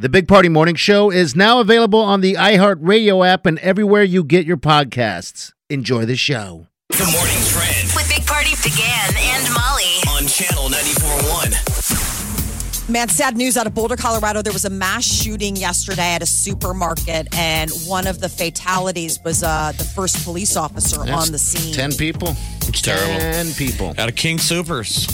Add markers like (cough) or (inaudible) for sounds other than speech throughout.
The Big Party Morning Show is now available on the iHeartRadio app and everywhere you get your podcasts. Enjoy the show. Good morning, Trend With Big Party began and Molly. on Channel 94.1. Man, sad news out of Boulder, Colorado. There was a mass shooting yesterday at a supermarket, and one of the fatalities was uh, the first police officer on the scene. Ten people. It's terrible. Ten people. Out of King Supers.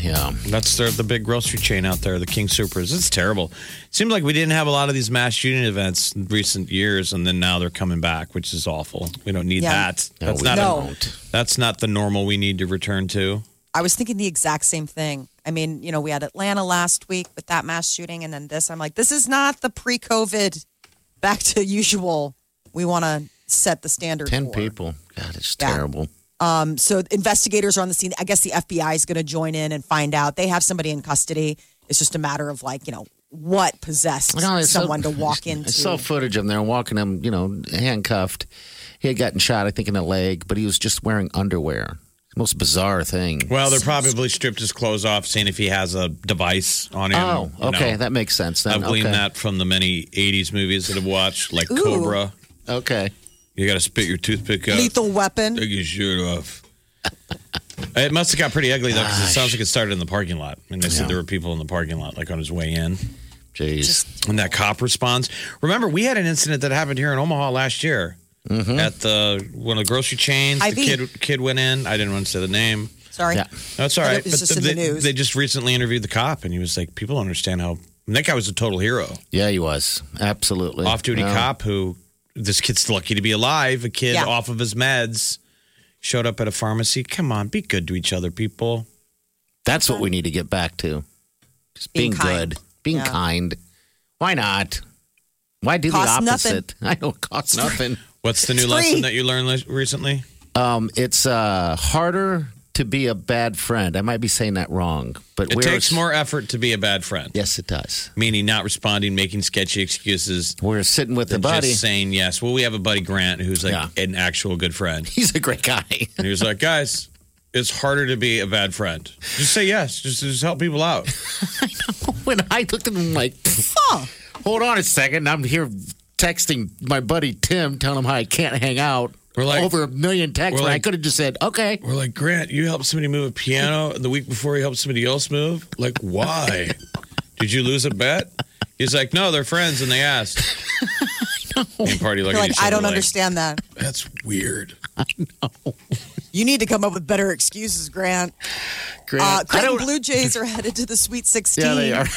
Yeah. That's their, the big grocery chain out there, the King Supers. It's terrible. Seems like we didn't have a lot of these mass shooting events in recent years, and then now they're coming back, which is awful. We don't need Yeah. that. No, that's we not. don't. A, that's not the normal we need to return to. I was thinking the exact same thing. I mean, you know, we had Atlanta last week with that mass shooting, and then this. I'm like, this is not the pre COVID back to usual. We want to set the standard. Ten for. people. God, it's Yeah. terrible. Um, so investigators are on the scene. I guess the FBI is going to join in and find out. They have somebody in custody. It's just a matter of like, you know, what possessed Like, oh, I saw- someone to walk (laughs) into. I saw footage of him there walking him, you know, handcuffed. He had gotten shot, I think, in the leg, but he was just wearing underwear. Most bizarre thing. Well, they probably stripped his clothes off, seeing if he has a device on him. oh, you okay, know. that makes sense. Then. I've gleaned okay. that from the many '80s movies that I've watched, like Ooh. Cobra. Okay. You got to spit your toothpick out. Lethal weapon. Take your shirt off. it must have got pretty ugly though, because it sounds like it started in the parking lot. And they said there were people in the parking lot, like on his way in. Jeez. And that cop responds. Remember, we had an incident that happened here in Omaha last year Mm-hmm. at the one of the grocery chains. Ivy. The kid kid went in. I didn't want to say the name. Sorry. yeah. That's all But right. it was just in they, the news. they just recently interviewed the cop, and he was like, "People don't understand how." And that guy was a total hero, Yeah, he was. Absolutely. off duty No. cop who this kid's lucky to be alive. A kid Yeah. off of his meds showed up at a pharmacy. Come on, be good to each other, people. That's what we need to get back to. Just being, Being kind. good, being Yeah. kind. Why not? Why do Costs the nothing. opposite? (laughs) I know it costs nothing. What's the new It's lesson free. that you learned le- recently? Um, it's uh, harder to be a bad friend. I might be saying that wrong, but It we're- takes more effort to be a bad friend. Yes, it does. Meaning not responding, making sketchy excuses, We're sitting with the than buddy. just saying yes. Well, we have a buddy Grant who's like Yeah. an actual good (laughs) friend. He's a great guy. (laughs) And he was like, guys, it's harder to be a bad friend. Just say yes. Just, just help people out. when I looked at him, I'm like, "Pff, Huh. hold on a second, I'm here texting my buddy Tim, telling him how I can't hang out. We're like- over a million texts. we're when I like- could have just said, okay. Uh, We're like, Grant, you helped somebody move a piano and the week before you helped somebody else move? Like, why? Did you lose a bet? He's like, no, they're friends and they (laughs) asked. And party You're like, I don't understand that. That's weird. You need to come up with better excuses, Grant. Great. Uh, I Creighton don't- Blue Jays are headed to the Sweet 16. (laughs)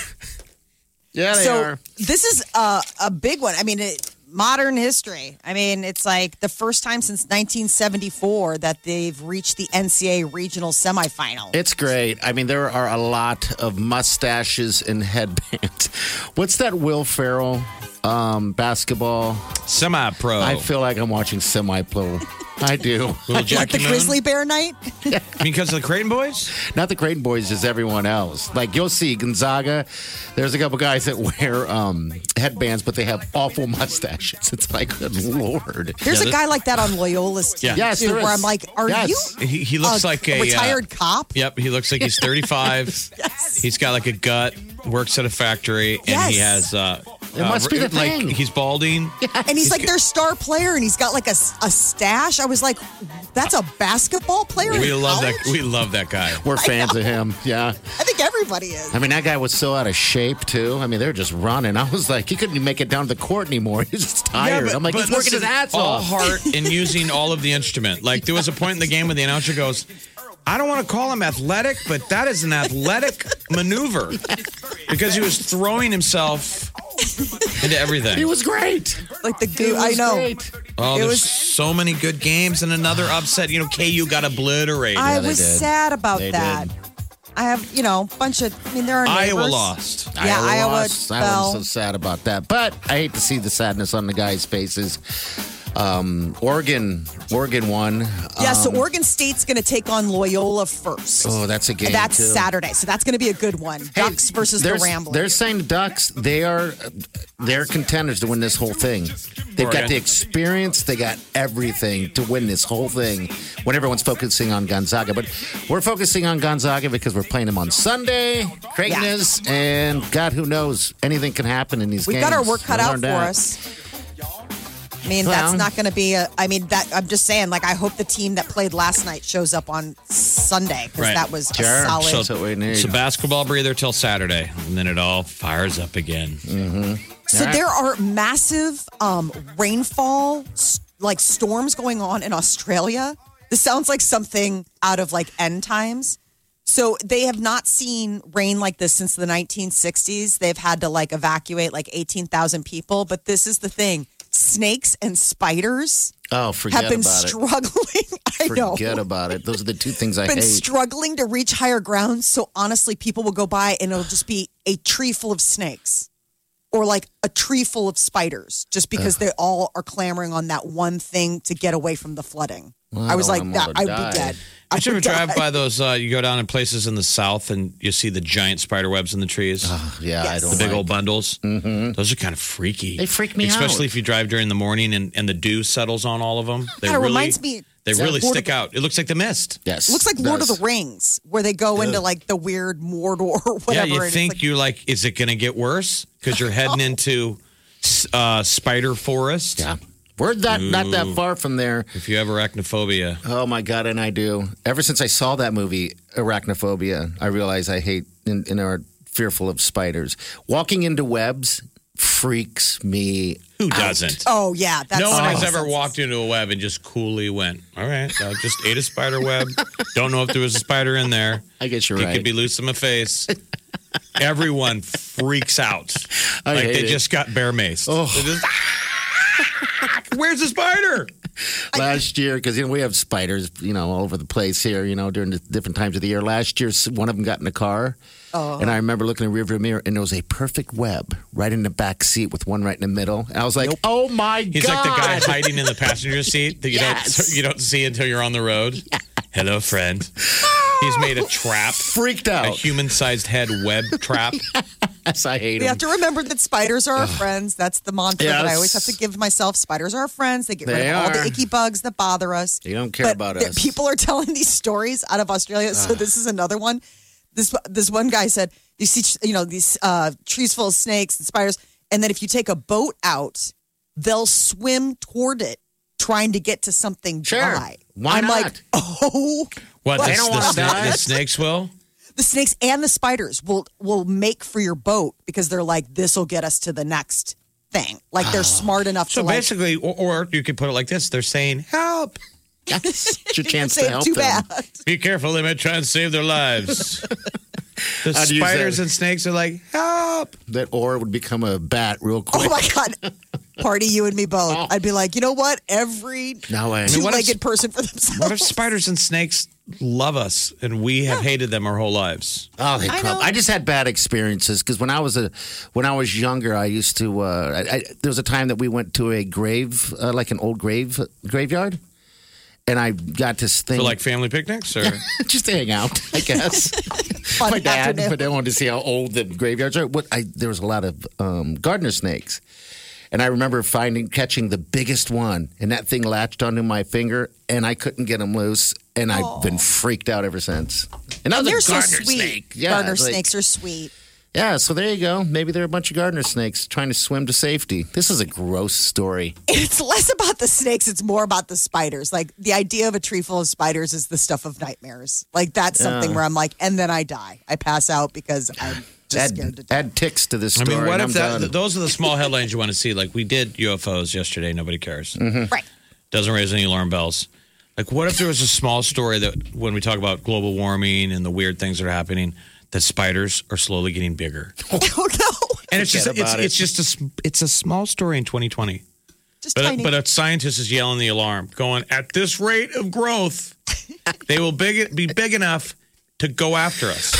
Yeah, they are. (laughs) yeah, they so are. this is a, a big one. I mean, it, modern history. I mean, it's like the first time since 1974 that they've reached the NCAA regional semifinal. It's great. I mean, there are a lot of mustaches and headbands. (laughs) What's that Will Ferrell um, basketball? Semi pro. I feel like I'm watching semi (laughs) pro. I do. Little like Jackie the Grizzly Bear night. Because of the Creighton boys? Not the Creighton boys, just everyone else. Like you'll see Gonzaga. There's a couple guys that wear um, headbands, but they have awful (laughs) mustaches. It's like, good lord. There's Yeah, that- a guy like that on Loyola's team Yes, too, there where is. I'm like, are Yes. you He, he looks a like a uh, retired cop? yep, he looks like (laughs) he's 35. He's got like a gut, works at a factory, and he Yes. has. Uh, It must be the like thing. he's balding. And he's like their star player, and he's got like a, a stash. I was like, that's a basketball player. We in love that. college? We love that guy. We're fans of him. Yeah. I think everybody is. I mean, that guy was so out of shape, too. I mean, they're just running. I was like, he couldn't even make it down to the court anymore. (laughs) He's just tired. I'm like, he's working his listen, ass all off. (laughs) heart and using all of the instrument. Like there was a point in the game when the announcer goes, "I don't want to call him athletic, but that is an athletic (laughs) maneuver," because he was throwing himself into everything. He was great. Like the He goo. I was know. great. oh, it there's was- so many good games and another upset. You know, KU got obliterated. I they was did. sad about They that. did. I have, you know, bunch of. I mean, there are Iowa neighbors. lost. Yeah, Iowa lost. I was fell. so sad about that. But I hate to see the sadness on the guys' faces. Um, Oregon, Oregon won. Yeah, so Oregon State's going to take on Loyola first. um, Oh, that's a game. that's too. Saturday, so that's going to be a good one. Hey, Ducks versus the they're- Ramblers. They're saying the Ducks. They are they're contenders to win this whole thing. They've got Oregon. the experience. They got everything to win this whole thing. When everyone's focusing on Gonzaga, but we're focusing on Gonzaga because we're playing them on Sunday. Craigness and God, who knows, anything can happen in these We've games. got our work cut We out learned for that. us. I mean, Well- that's not going to be a. I mean, that I'm just saying. Like, I hope the team that played last night shows up on Sunday because Right. that was Sure. a solid. That's what we need. So basketball breather till Saturday, and then it all fires (laughs) up again. So there are massive um, rainfall, s- like storms going on in Australia. This sounds like something out of like end times. So they have not seen rain like this since the 1960s. They've had to like evacuate like 18,000 people. But this is the thing snakes and spiders Oh, forget have been about it. struggling. (laughs) I know. Forget about it. Those are the two things I Been hate. struggling to reach higher ground. So honestly, people will go by and it'll just be a tree full of snakes or like a tree full of spiders just because they all are clamoring on that one thing to get away from the flooding. I, was like, don't that, want I them would all to be die. dead. I Did you ever would drive die. by those? Uh, you go down in places in the south, and you see the giant spider webs in the trees, yeah, I don't. the big like- old bundles. Mm-hmm. Those are kind of freaky. They freak me out. especially if you drive during the morning and, and the dew settles on all of them. They Kinda really, reminds me- They Yeah. really Lord stick of- out. It looks like the mist. Yes, Looks like Lord of does. the Rings, where they go into like the weird Mordor or Yeah, whatever. you and it's think like- you're like, is it going to get worse? Because you're heading into s- uh, spider forest. Yeah, we're that not that far from there. If you have arachnophobia, Oh my god, and I do. Ever since I saw that movie, Arachnophobia, I realize I hate and, and are fearful of spiders. Walking into webs freaks me. who doesn't? oh yeah, that's no one has nonsense. ever walked into a web and just coolly went, "All right, I just ate a spider web. Don't know if there was a spider in there. I guess you're It right. could be loose in my face." Everyone freaks out. I like hate they it. just got bear maced. (laughs) Where's the spider? last year because you know we have spiders you know all over the place here you know during the different times of the year last year s- one of them got in the car Oh. and i remember looking in the rearview mirror and there was a perfect web right in the back seat with one right in the middle and i was like oh my He's god like the guy hiding in the passenger seat that you Yes. don't (laughs) you don't see until you're on the road. Hello, friend. Oh. He's made a trap, freaked a (laughs) out human-sized head (laughs) web trap. yes i hate We him have to remember that spiders are our friends. That's the mantra that I Yes. always have to give myself. Spiders are our friends. They get rid They of all the are. icky bugs that bother us. They don't care But about the- us. People are telling these stories out of Australia. So this is another one. This this one guy said, "You see, you know, these uh, trees full of snakes and spiders, and then if you take a boat out, they'll swim toward it, trying to get to something Sure. dry." Why I'm not? like, (laughs) oh, What? They the, don't the wanna sna- die. the snakes will. the snakes and the spiders will will make for your boat because they're like this will get us to the next thing like they're Ah. smart enough So to like basically, or, or you could put it like this: they're saying, "Help! yes. (laughs) it's your chance say to help too them. bad (laughs) Be careful! They might try and save their (laughs) lives." The I'd use spiders that. and snakes are like, "Help!" that or would become a bat real oh quick (laughs) Oh. my god party you and me both i'd be like you know what every no way mean, what if- two-legged person for themselves What if spiders and snakes love us and we have hated them our whole lives? Oh, they prob- know. I just had bad experiences because when I was a when I was younger, I used to. Uh, I, I, there was a time that we went to a grave, uh, like an old grave graveyard, and I got this thing For like family picnics, or (laughs) just to hang out, I guess. (laughs) (laughs) Fun My dad, afternoon. but I wanted to see how old the graveyards are. What I there was a lot of um, gardener snakes, and I remember finding catching the biggest one, and that thing latched onto my finger, and I couldn't get him loose, and I've been freaked out ever since. And I was a they're so gardener sweet snake. Yeah, gardener it's like- snakes are sweet (laughs) yeah, so there you go. Maybe there are a bunch of gardener snakes trying to swim to safety. This is a gross story. it's less about the snakes it's more about the spiders like the idea of a tree full of spiders is the stuff of nightmares like that's something where i'm like and then i die i pass out because i'm just scared to Add, death add ticks to this I story. mean, what and if I'm that? done. Those are the small headlines you want to see. Like we did UFOs yesterday. Nobody cares. right doesn't raise any alarm bells. Like, what if there was a small story that when we talk about global warming and the weird things that are happening, that spiders are slowly getting bigger, (laughs) oh no and it's just Forget it's, about it. it's just a s- it's a small story in 2020. just But tiny but uh, a scientist is yelling (laughs) the alarm, going at this rate of growth, they will big be big enough to go after us.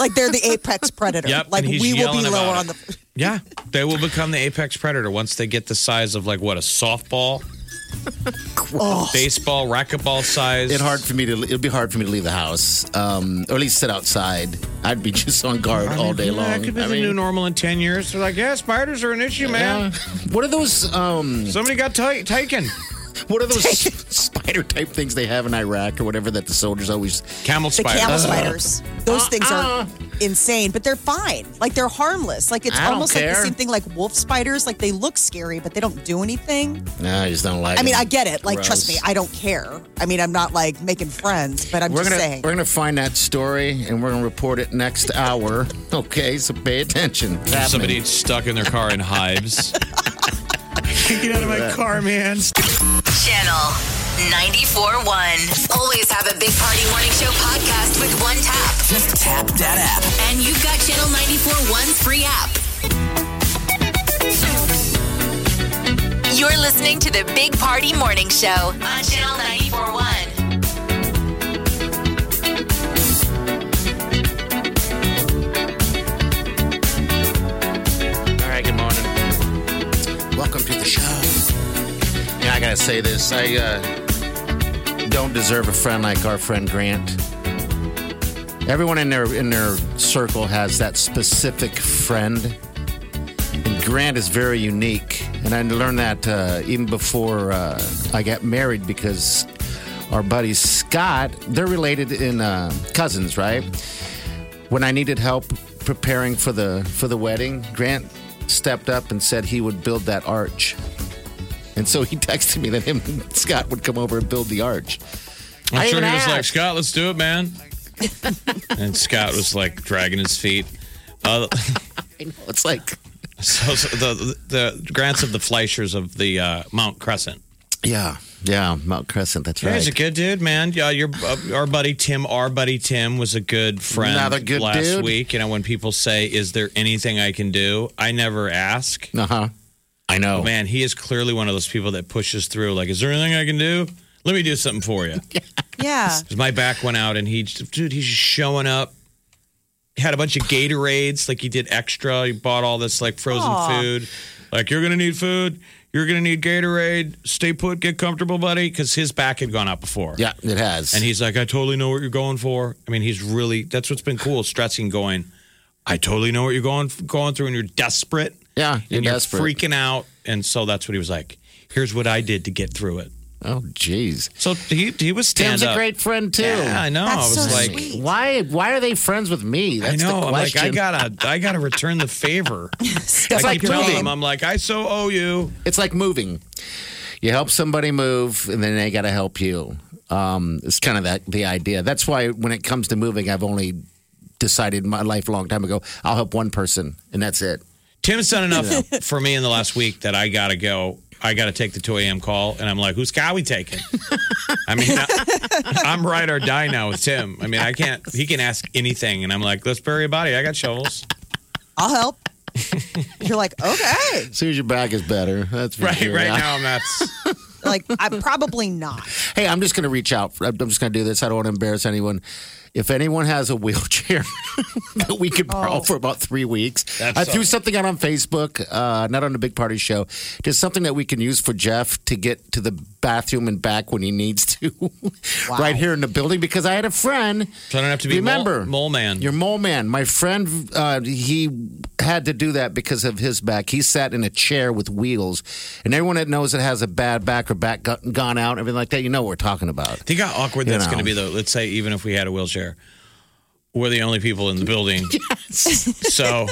Like they're the apex predator. Yep, like and he's we will be yelling about lower it. on the. Yeah, they will become the apex predator once they get the size of like what a (laughs) softball, baseball, racquetball size. It hard for me to. It'd be hard for me to leave the house, um, or at least sit outside. I'd be (laughs) just on guard I mean, all day yeah, long. That could be I the mean, new normal in ten years. They're like, yeah, spiders are an issue, yeah. man. What are those? Um, Somebody got ti- taken. what are (laughs) those (laughs) spider type things they have in Iraq or whatever that the soldiers always? Camel The spider. camel spiders. Those things Uh-uh. are insane, but they're fine. Like they're harmless. Like it's I don't almost like the care. same thing like wolf spiders. Like they look scary, but they don't do anything. No, I just don't like. I mean, it. I get it. Like, trust me, Gross. I don't care. I mean, I'm not like making friends, but I'm We're just gonna saying. we're gonna find that story and we're gonna report it next hour. Okay, so pay attention. It's happening. Somebody stuck in their car in (laughs) hives. (laughs) Get out of my car, man. Channel 94.1. Always have a Big Party Morning Show podcast with one tap. Just tap that app. And you've got Channel 94.1's free app. You're listening to the Big Party Morning Show on Channel 94.1. All right, good morning. Welcome to the show. Yeah, I gotta say this. I uh, don't deserve a friend like our friend Grant. Everyone in their in their circle has that specific friend, and Grant is very unique. And I learned that uh, even before uh, I got married because our buddy Scott, they're related in uh, cousins, right? when I needed help preparing for the for the wedding, Grant stepped up and said he would build that arch. And so he texted me that him and Scott would come over and build the arch. I'm I sure even he was like, asked. Scott, let's do it, man. (laughs) and Scott was like dragging his feet. Uh, (laughs) I know it's like, so, so the, the grants of the Fleischers of the uh, Mount Crescent. yeah, yeah, Mount Crescent. That's Yeah, right. He's a good dude, man. Yeah, your uh, our buddy Tim, our buddy Tim, was a good friend Another good last dude. week. You know, when people say, "Is there anything I can do?" I never ask. uh huh. I know. Oh, Man, he is clearly one of those people that pushes through. Like, is there anything I can do? Let me do something for you. (laughs) yeah. 'Cause my back went out, and he, dude, he's just showing up. Had a bunch of Gatorades, like he did extra. He bought all this like frozen Aw. food. Like you're gonna need food. You're gonna need Gatorade. Stay put. Get comfortable, buddy. Because his back had gone out before. Yeah, it has. And he's like, I totally know what you're going for. I mean, he's really that's what's been cool. Stressing, going, I totally know what you're going going through, and you're desperate. yeah, you're and you're desperate. freaking out, and so that's what he was like. Here's what I did to get through it. oh, jeez. So he he was stand Tim's a up. great friend too. Oh, Yeah, I know. I That's was so like, sweet. Why? Why are they friends with me? I That's know. the I'm like, question. I gotta I gotta return (laughs) the favor. I Stuff like keep telling that. him, uh, I'm like, I so owe you. It's like moving. You help somebody move, and then they got to help you. Um, it's kind of that the idea. That's why when it comes to moving, I've only decided my life a long time ago. I'll help one person, and that's it. Tim's done enough (laughs) for me in the last week that I gotta go. I gotta take the 2 a.m. call, and I'm like, who's guy (laughs) we taking? I mean, I, am ride or die now with Tim. I mean, I can't. He can ask anything, and I'm like, let's bury a body. I (laughs) got shovels. I'll help. (laughs) You're like, okay. As soon as your back is better, that's for Right, sure. right now I'm not. Like, I'm probably not. Hey, I'm just going to reach out. I'm I'm just going to do this. I don't want to embarrass anyone. If anyone has a wheelchair (laughs) that we could borrow for about three weeks, That's I threw something. something out on Facebook, uh, not on the big party show, just something that we can use for Jeff to get to the bathroom and back when he needs to, (laughs) right here in the building. Because I had a friend. So I don't have to be remember mole, mole man. Your mole man, my friend, uh, he had to do that because of his back. He sat in a chair with wheels, and everyone that knows it has a bad back or back go- gone out, everything like that, you know what we're talking about. Think how awkward that's know. going to be, though. Let's say even if we had a wheelchair, we're the only people in the (laughs) building. So,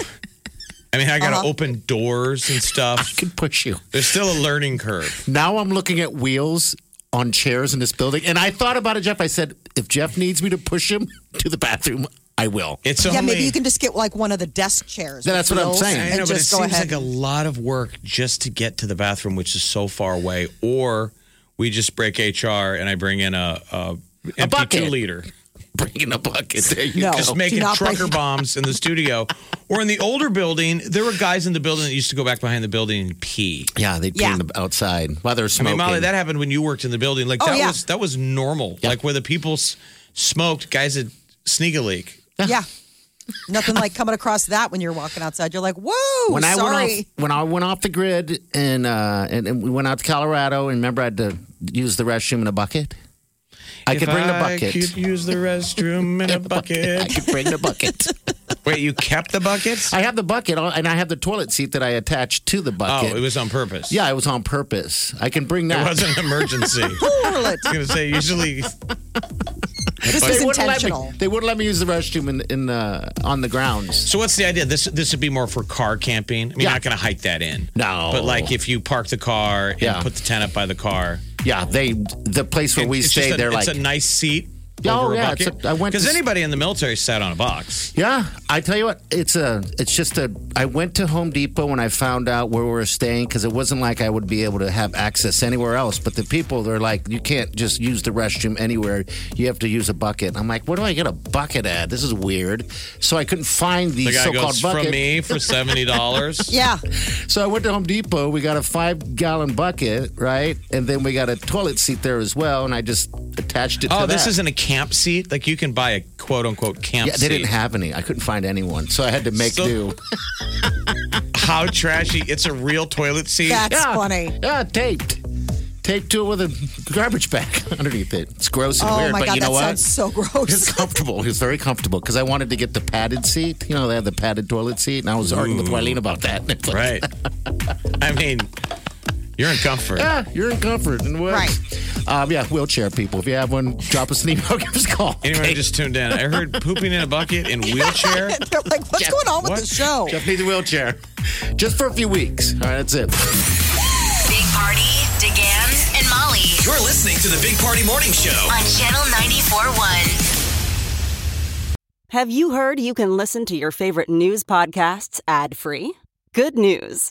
I mean, I got to Uh-huh. open doors and stuff. Can push you. There's still a learning curve. Now I'm looking at wheels on chairs in this building, and I thought about it, Jeff. I said, if Jeff needs me to push him (laughs) to the bathroom, I will. (laughs) It's Yeah, only maybe you can just get like one of the desk chairs. That's with what I'm wheels saying. I And know, but it just go seems ahead. like a lot of work just to get to the bathroom, which is so far away. Or we just break HR and I bring in a, a, empty bucket. two liter, Bringing a bucket. There you No. go. just Oh. do making not trucker break- (laughs) bombs in the studio. Or in the older building, there were guys in the building that used to go back behind the building and pee. Yeah, they put Yeah. him outside while they're I smoking. mean, Molly, that happened when you worked in the building. Like Oh, that yeah. was that was normal. Like where the people s- smoked, guys had sneak a leak. Yeah. Nothing like coming across that when you're walking outside. You're like, whoa, when sorry. I went off, when I went off the grid and, uh, and and we went out to Colorado and remember I had to use the restroom in a bucket. I could bring the bucket. could use the (laughs) restroom in a I bucket. could bring the bucket. Wait, you kept the buckets? I have the bucket on- and I have the toilet seat that I attached to the Oh, bucket. it was on purpose. yeah, it was on purpose. I can bring It that. wasn't an (laughs) emergency. I Toilet. was going to say, usually This (laughs) was They wouldn't, let me, intentional. they wouldn't let me use the restroom in, in uh, on the grounds. So what's the idea? This this would be more for car camping. I mean, you're Yeah. not going to hike that in. No. But like if you park the car and Yeah. put the tent up by the car, Yeah, they the place where and we it's just stayed. a, they're it's like, a nice seat. Yeah, oh, over a yeah, bucket. it's a- I went to because s- anybody in the military sat on a box. yeah. I tell you what, it's a, it's just a. I went to Home Depot when I found out where we were staying because it wasn't like I would be able to have access anywhere else. But the people, they're like, you can't just use the restroom anywhere. You have to use a bucket. I'm like, where do I get a bucket at? This is weird. So I couldn't find the, The guy so-called goes bucket. from me for (laughs) seventy dollars. Yeah. So I went to Home Depot. We got a five gallon bucket, right? And then we got a toilet seat there as well. And I just attached it to Oh, that. this isn't a camp seat. Like you can buy a quote unquote camp Yeah, they seat. didn't have any. I couldn't find anyone. So I had to make So- do. How trashy! It's a real toilet seat. That's Yeah. funny. Yeah, taped. Taped to it with a garbage bag (laughs) underneath it. It's gross and Oh weird, my but God, you know that what? sounds so (laughs) It's gross. (laughs) comfortable. It was very comfortable because I wanted to get the padded seat. You know, they have the padded toilet seat, and I was arguing with Wileen about that. (laughs) It's like, Right. I mean, you're in comfort. Yeah, you're in comfort. And what? Right. Um, yeah, wheelchair people. If you have one, drop us an (laughs) email, give us a call. Anyone who okay? just tuned in, I heard pooping in a bucket in wheelchair. They're like, what's going on with What? the show? Jeff needs a wheelchair. Just for a few weeks. All right, that's it. Big Party, DeGan, and Molly You're listening to the Big Party Morning Show. on Channel 94.1. Have you heard you can listen to your favorite news podcasts ad free? Good news!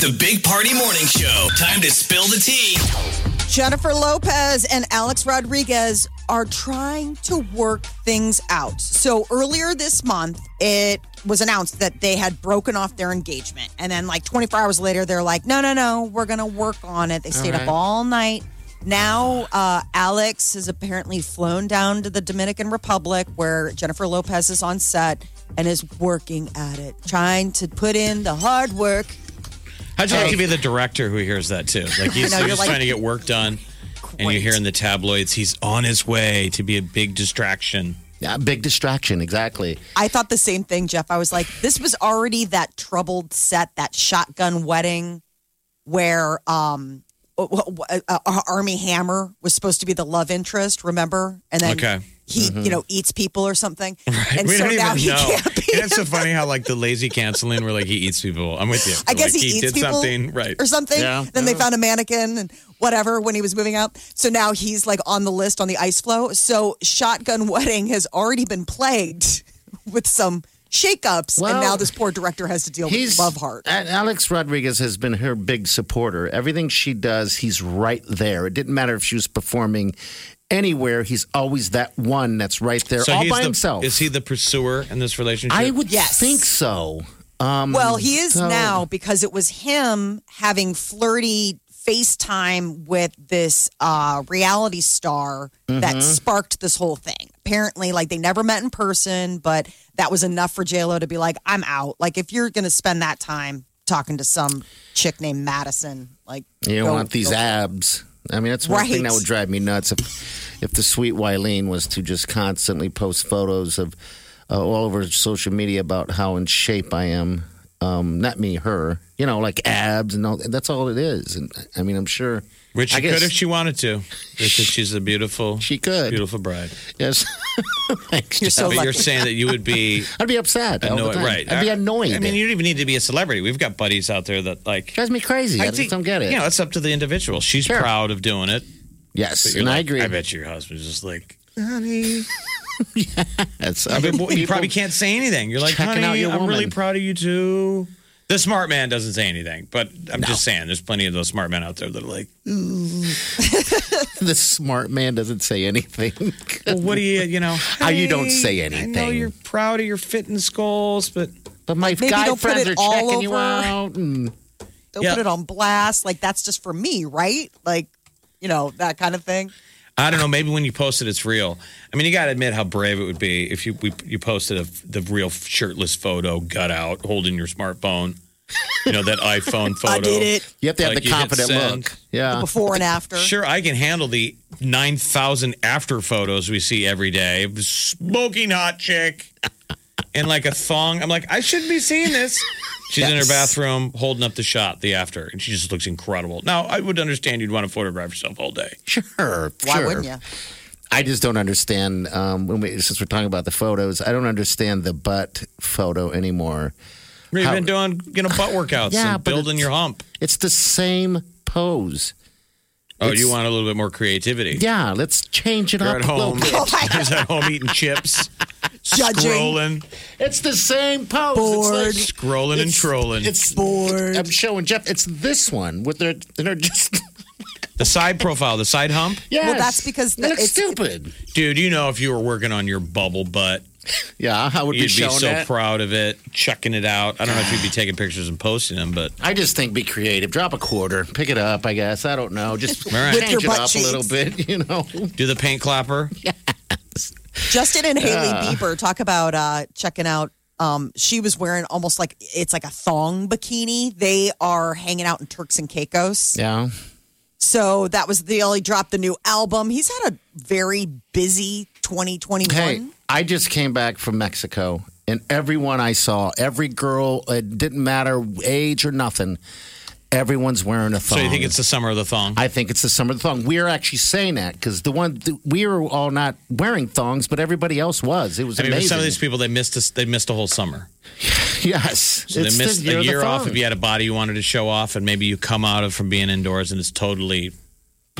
The Big Party Morning Show. Time to spill the tea. Jennifer Lopez and Alex Rodriguez are trying to work things out. So earlier this month, it was announced that they had broken off their engagement. And then, like 24 hours later, they're like, no, no, no, we're going to work on it. They stayed up all night. Now, uh, Alex has apparently flown down to the Dominican Republic where Jennifer Lopez is on set and is working at it, trying to put in the hard work. How'd you like to be the director who hears that too? (laughs) Like he's, I know, he's you're just like- trying to get work done, and you hear in the tabloids he's on his way to be a big distraction. Yeah, big distraction, exactly. I thought the same thing, Jeff. I was like, this was already that troubled set, that shotgun wedding where um w- w- w- uh, uh, Army Hammer was supposed to be the love interest, remember? And then Okay. Mm-hmm. he, you know, eats people or something. And we so don't now even he know. can't be. And it's so funny how like the lazy canceling, we're like he eats people. I'm with you. I guess Like, he, eats did people something right. or something. Yeah. Then they found a mannequin and whatever when he was moving out. So now he's like on the list on the ice flow. So Shotgun (laughs) Wedding has already been plagued (laughs) with some shakeups, and Well, now this poor director has to deal with He's love heart. A- Alex Rodriguez has been her big supporter. Everything she does, he's right there. It didn't matter if she was performing anywhere. He's always that one that's right there, all he's by the- himself. Is he the pursuer in this relationship? I would Yes. think so. Um, Well, he is so- now because it was him having flirty FaceTime with this uh, reality star Mm-hmm. that sparked this whole thing. Apparently, like they never met in person, but that was enough for JLo to be like, I'm out. Like, if you're going to spend that time talking to some chick named Madison, like, You don't go- want these go- abs. I mean, that's one thing Right. that would drive me nuts if, if the sweet Wileen was to just constantly post photos of uh, all over social media about how in shape I am. um, not me, her, you know, like abs and all. That's all it is. And I mean, I'm sure. Which I she could if she wanted to, because she's a beautiful, She could. beautiful bride. Yes. (laughs) Thanks, You're Jeff. so But you're lucky. saying that you would be I'd be upset. (laughs) all the annoyed, time. right? I'd be I- annoyed. I mean, you don't even need to be a celebrity. We've got buddies out there that like. drives me crazy. I, just don't get it. You know, it's up to the individual. She's Sure. proud of doing it. yes, You're and I like, agree. I bet your husband's just like, honey. That's I other mean, well, you people- probably can't say anything. You're like, checking honey, out your I'm really woman." proud of you too. The smart man doesn't say anything, but I'm just saying, there's plenty of those smart men out there that are like, (laughs) The smart man doesn't say anything. well, what do you, you know? How you don't "Hey, say I know anything." you're proud of your fitness goals, but but my Maybe guy don't put friends it are all checking you over. out. and- Don't Yeah. put it on blast. Like that's just for me, right? Like, you know, that kind of thing. I don't know. Maybe when you post it, it's real. I mean, you got to admit how brave it would be if you we, you posted a, the real shirtless photo, gut out, holding your smartphone. You know that (laughs) iPhone photo. I did it you have to have Like, the you hit confident send. look. Yeah. before and after. Sure, I can handle the nine thousand after photos we see every day. of Smoking hot chick in like a thong. I'm like, I shouldn't be seeing (laughs) this. She's in her Yes. bathroom holding up the shot, the after, and she just looks incredible. Now, I would understand you'd want to photograph yourself all day. Sure. Why sure. wouldn't you? I just don't understand um, when we, since we're talking about the photos. I don't understand the butt photo anymore. You've How- been doing you know butt workouts Yeah, and but building it's- your hump. It's the same pose. Oh, It's- you want a little bit more creativity? Yeah, let's change it You're up at a little home. bit. (laughs) He's at home eating (laughs) chips, Judging. scrolling, It's the same pose. Bored. It's scrolling and It's- trolling. like, it's Bored. I'm showing Jeff. It's this one with their they're just (laughs) the side profile, the side hump. yes. Well, that's because They look it's- stupid. Dude, you know if you were working on your bubble butt, Yeah, I would be you'd be, showing so that. proud of it, checking it out. I don't know if you'd (sighs) be taking pictures and posting them, but I just think be creative. Drop a quarter, pick it up. I guess I don't know. Just right. With change your it butt up a little bit. (laughs) You know, do the paint clapper. Justin and Haley Bieber talk about uh, checking out. Um, she was wearing almost like it's like a thong bikini. They are hanging out in Turks and Caicos. yeah. So that was the only dropped the new album. He's had a very busy 2021. Hey, I just came back from Mexico, and everyone I saw, every girl, it didn't matter age or nothing, everyone's wearing a thong. So you think it's the summer of the thong? I think it's the summer of the thong. We are actually saying that because the one th- we were all not wearing thongs, but everybody else was. It was I mean, for amazing. some of these people, they missed a, they missed a whole summer. (laughs) yes, So It's the they missed year a of the year off. thong. If you had a body you wanted to show off, and maybe you come out of from being indoors, and it's totally. I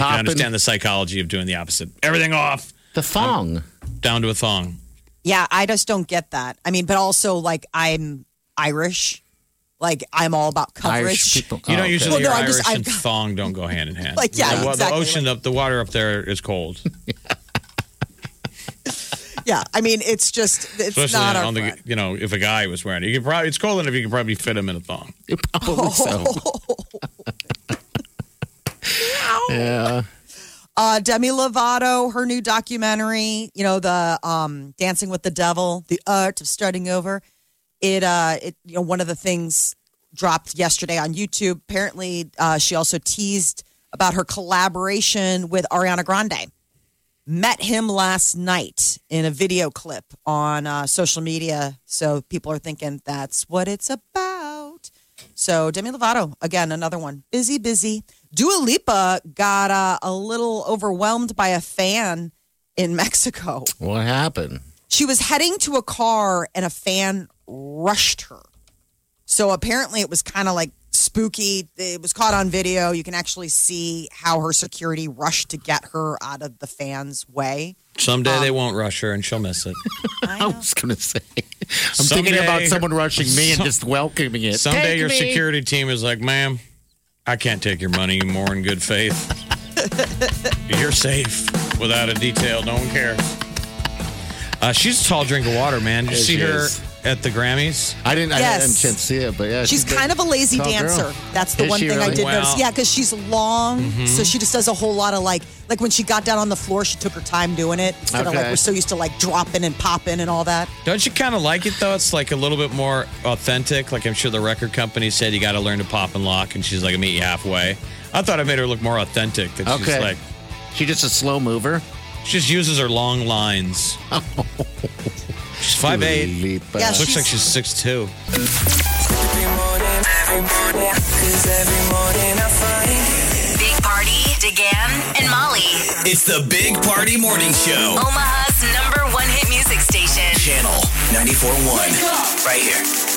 Popping understand the psychology of doing the opposite. Everything off, the thong. down to a thong. Yeah, I just don't get that. I mean, but also like I'm Irish. Like I'm all about coverage. Irish people. You Oh, don't okay. (laughs) usually Well, no, I'm Irish just- and I've- thong don't go hand in hand. (laughs) Like, yeah, the, wa- the exactly. ocean up, the water up there is cold, (laughs) Yeah, I mean it's just it's especially not our on the friend. you know if a guy was wearing it, you could probably it's cold enough you could probably fit him in a thong. Probably Oh, Oh. so. (laughs) yeah. uh, Demi Lovato, her new documentary, you know the um, Dancing with the Devil, the art of starting over. It uh, it you know one of the things dropped yesterday on YouTube. Apparently, uh, she also teased about her collaboration with Ariana Grande. met him last night in a video clip on uh, social media. So people are thinking that's what it's about. So Demi Lovato, again, another one. Busy, busy. Dua Lipa got uh, a little overwhelmed by a fan in Mexico. What happened? She was heading to a car and a fan rushed her. So apparently it was kind of like spooky. It was caught on video. You can actually see how her security rushed to get her out of the fan's way. Someday Ah. they won't rush her and she'll miss it. I, was going to say. (laughs) I'm Someday- thinking about someone rushing me and Some- just welcoming it. Someday Take your me. security team is like, ma'am, I can't take your money anymore in (laughs) good faith. You're safe without a detail. No one cares. Uh, she's a tall drink of water, man. Did you Yeah, see she her is. at the Grammys? I didn't. I Yes. didn't have a chance to see it, but yeah, She's kind of a lazy tall girl. dancer. That's the Is one she thing I really? did notice. Wow. Yeah, because she's long, Mm-hmm. so she just does a whole lot of like, like when she got down on the floor, she took her time doing it instead of like Okay. we're so used to like dropping and popping and all that. Don't you kind of like it though? It's like a little bit more authentic. Like I'm sure the record company said you got to learn to pop and lock, and she's like, "I meet you halfway." I thought I made her look more authentic. That she's Okay. like, She just a slow mover. she just uses her long (laughs) lines. she's five eight. Dua Lipa. Yeah, Looks she's- like she's six two. Big Party, DeGan, and Molly. It's the Big Party Morning Show. Omaha's number one hit music station. Channel 94.1. Right here.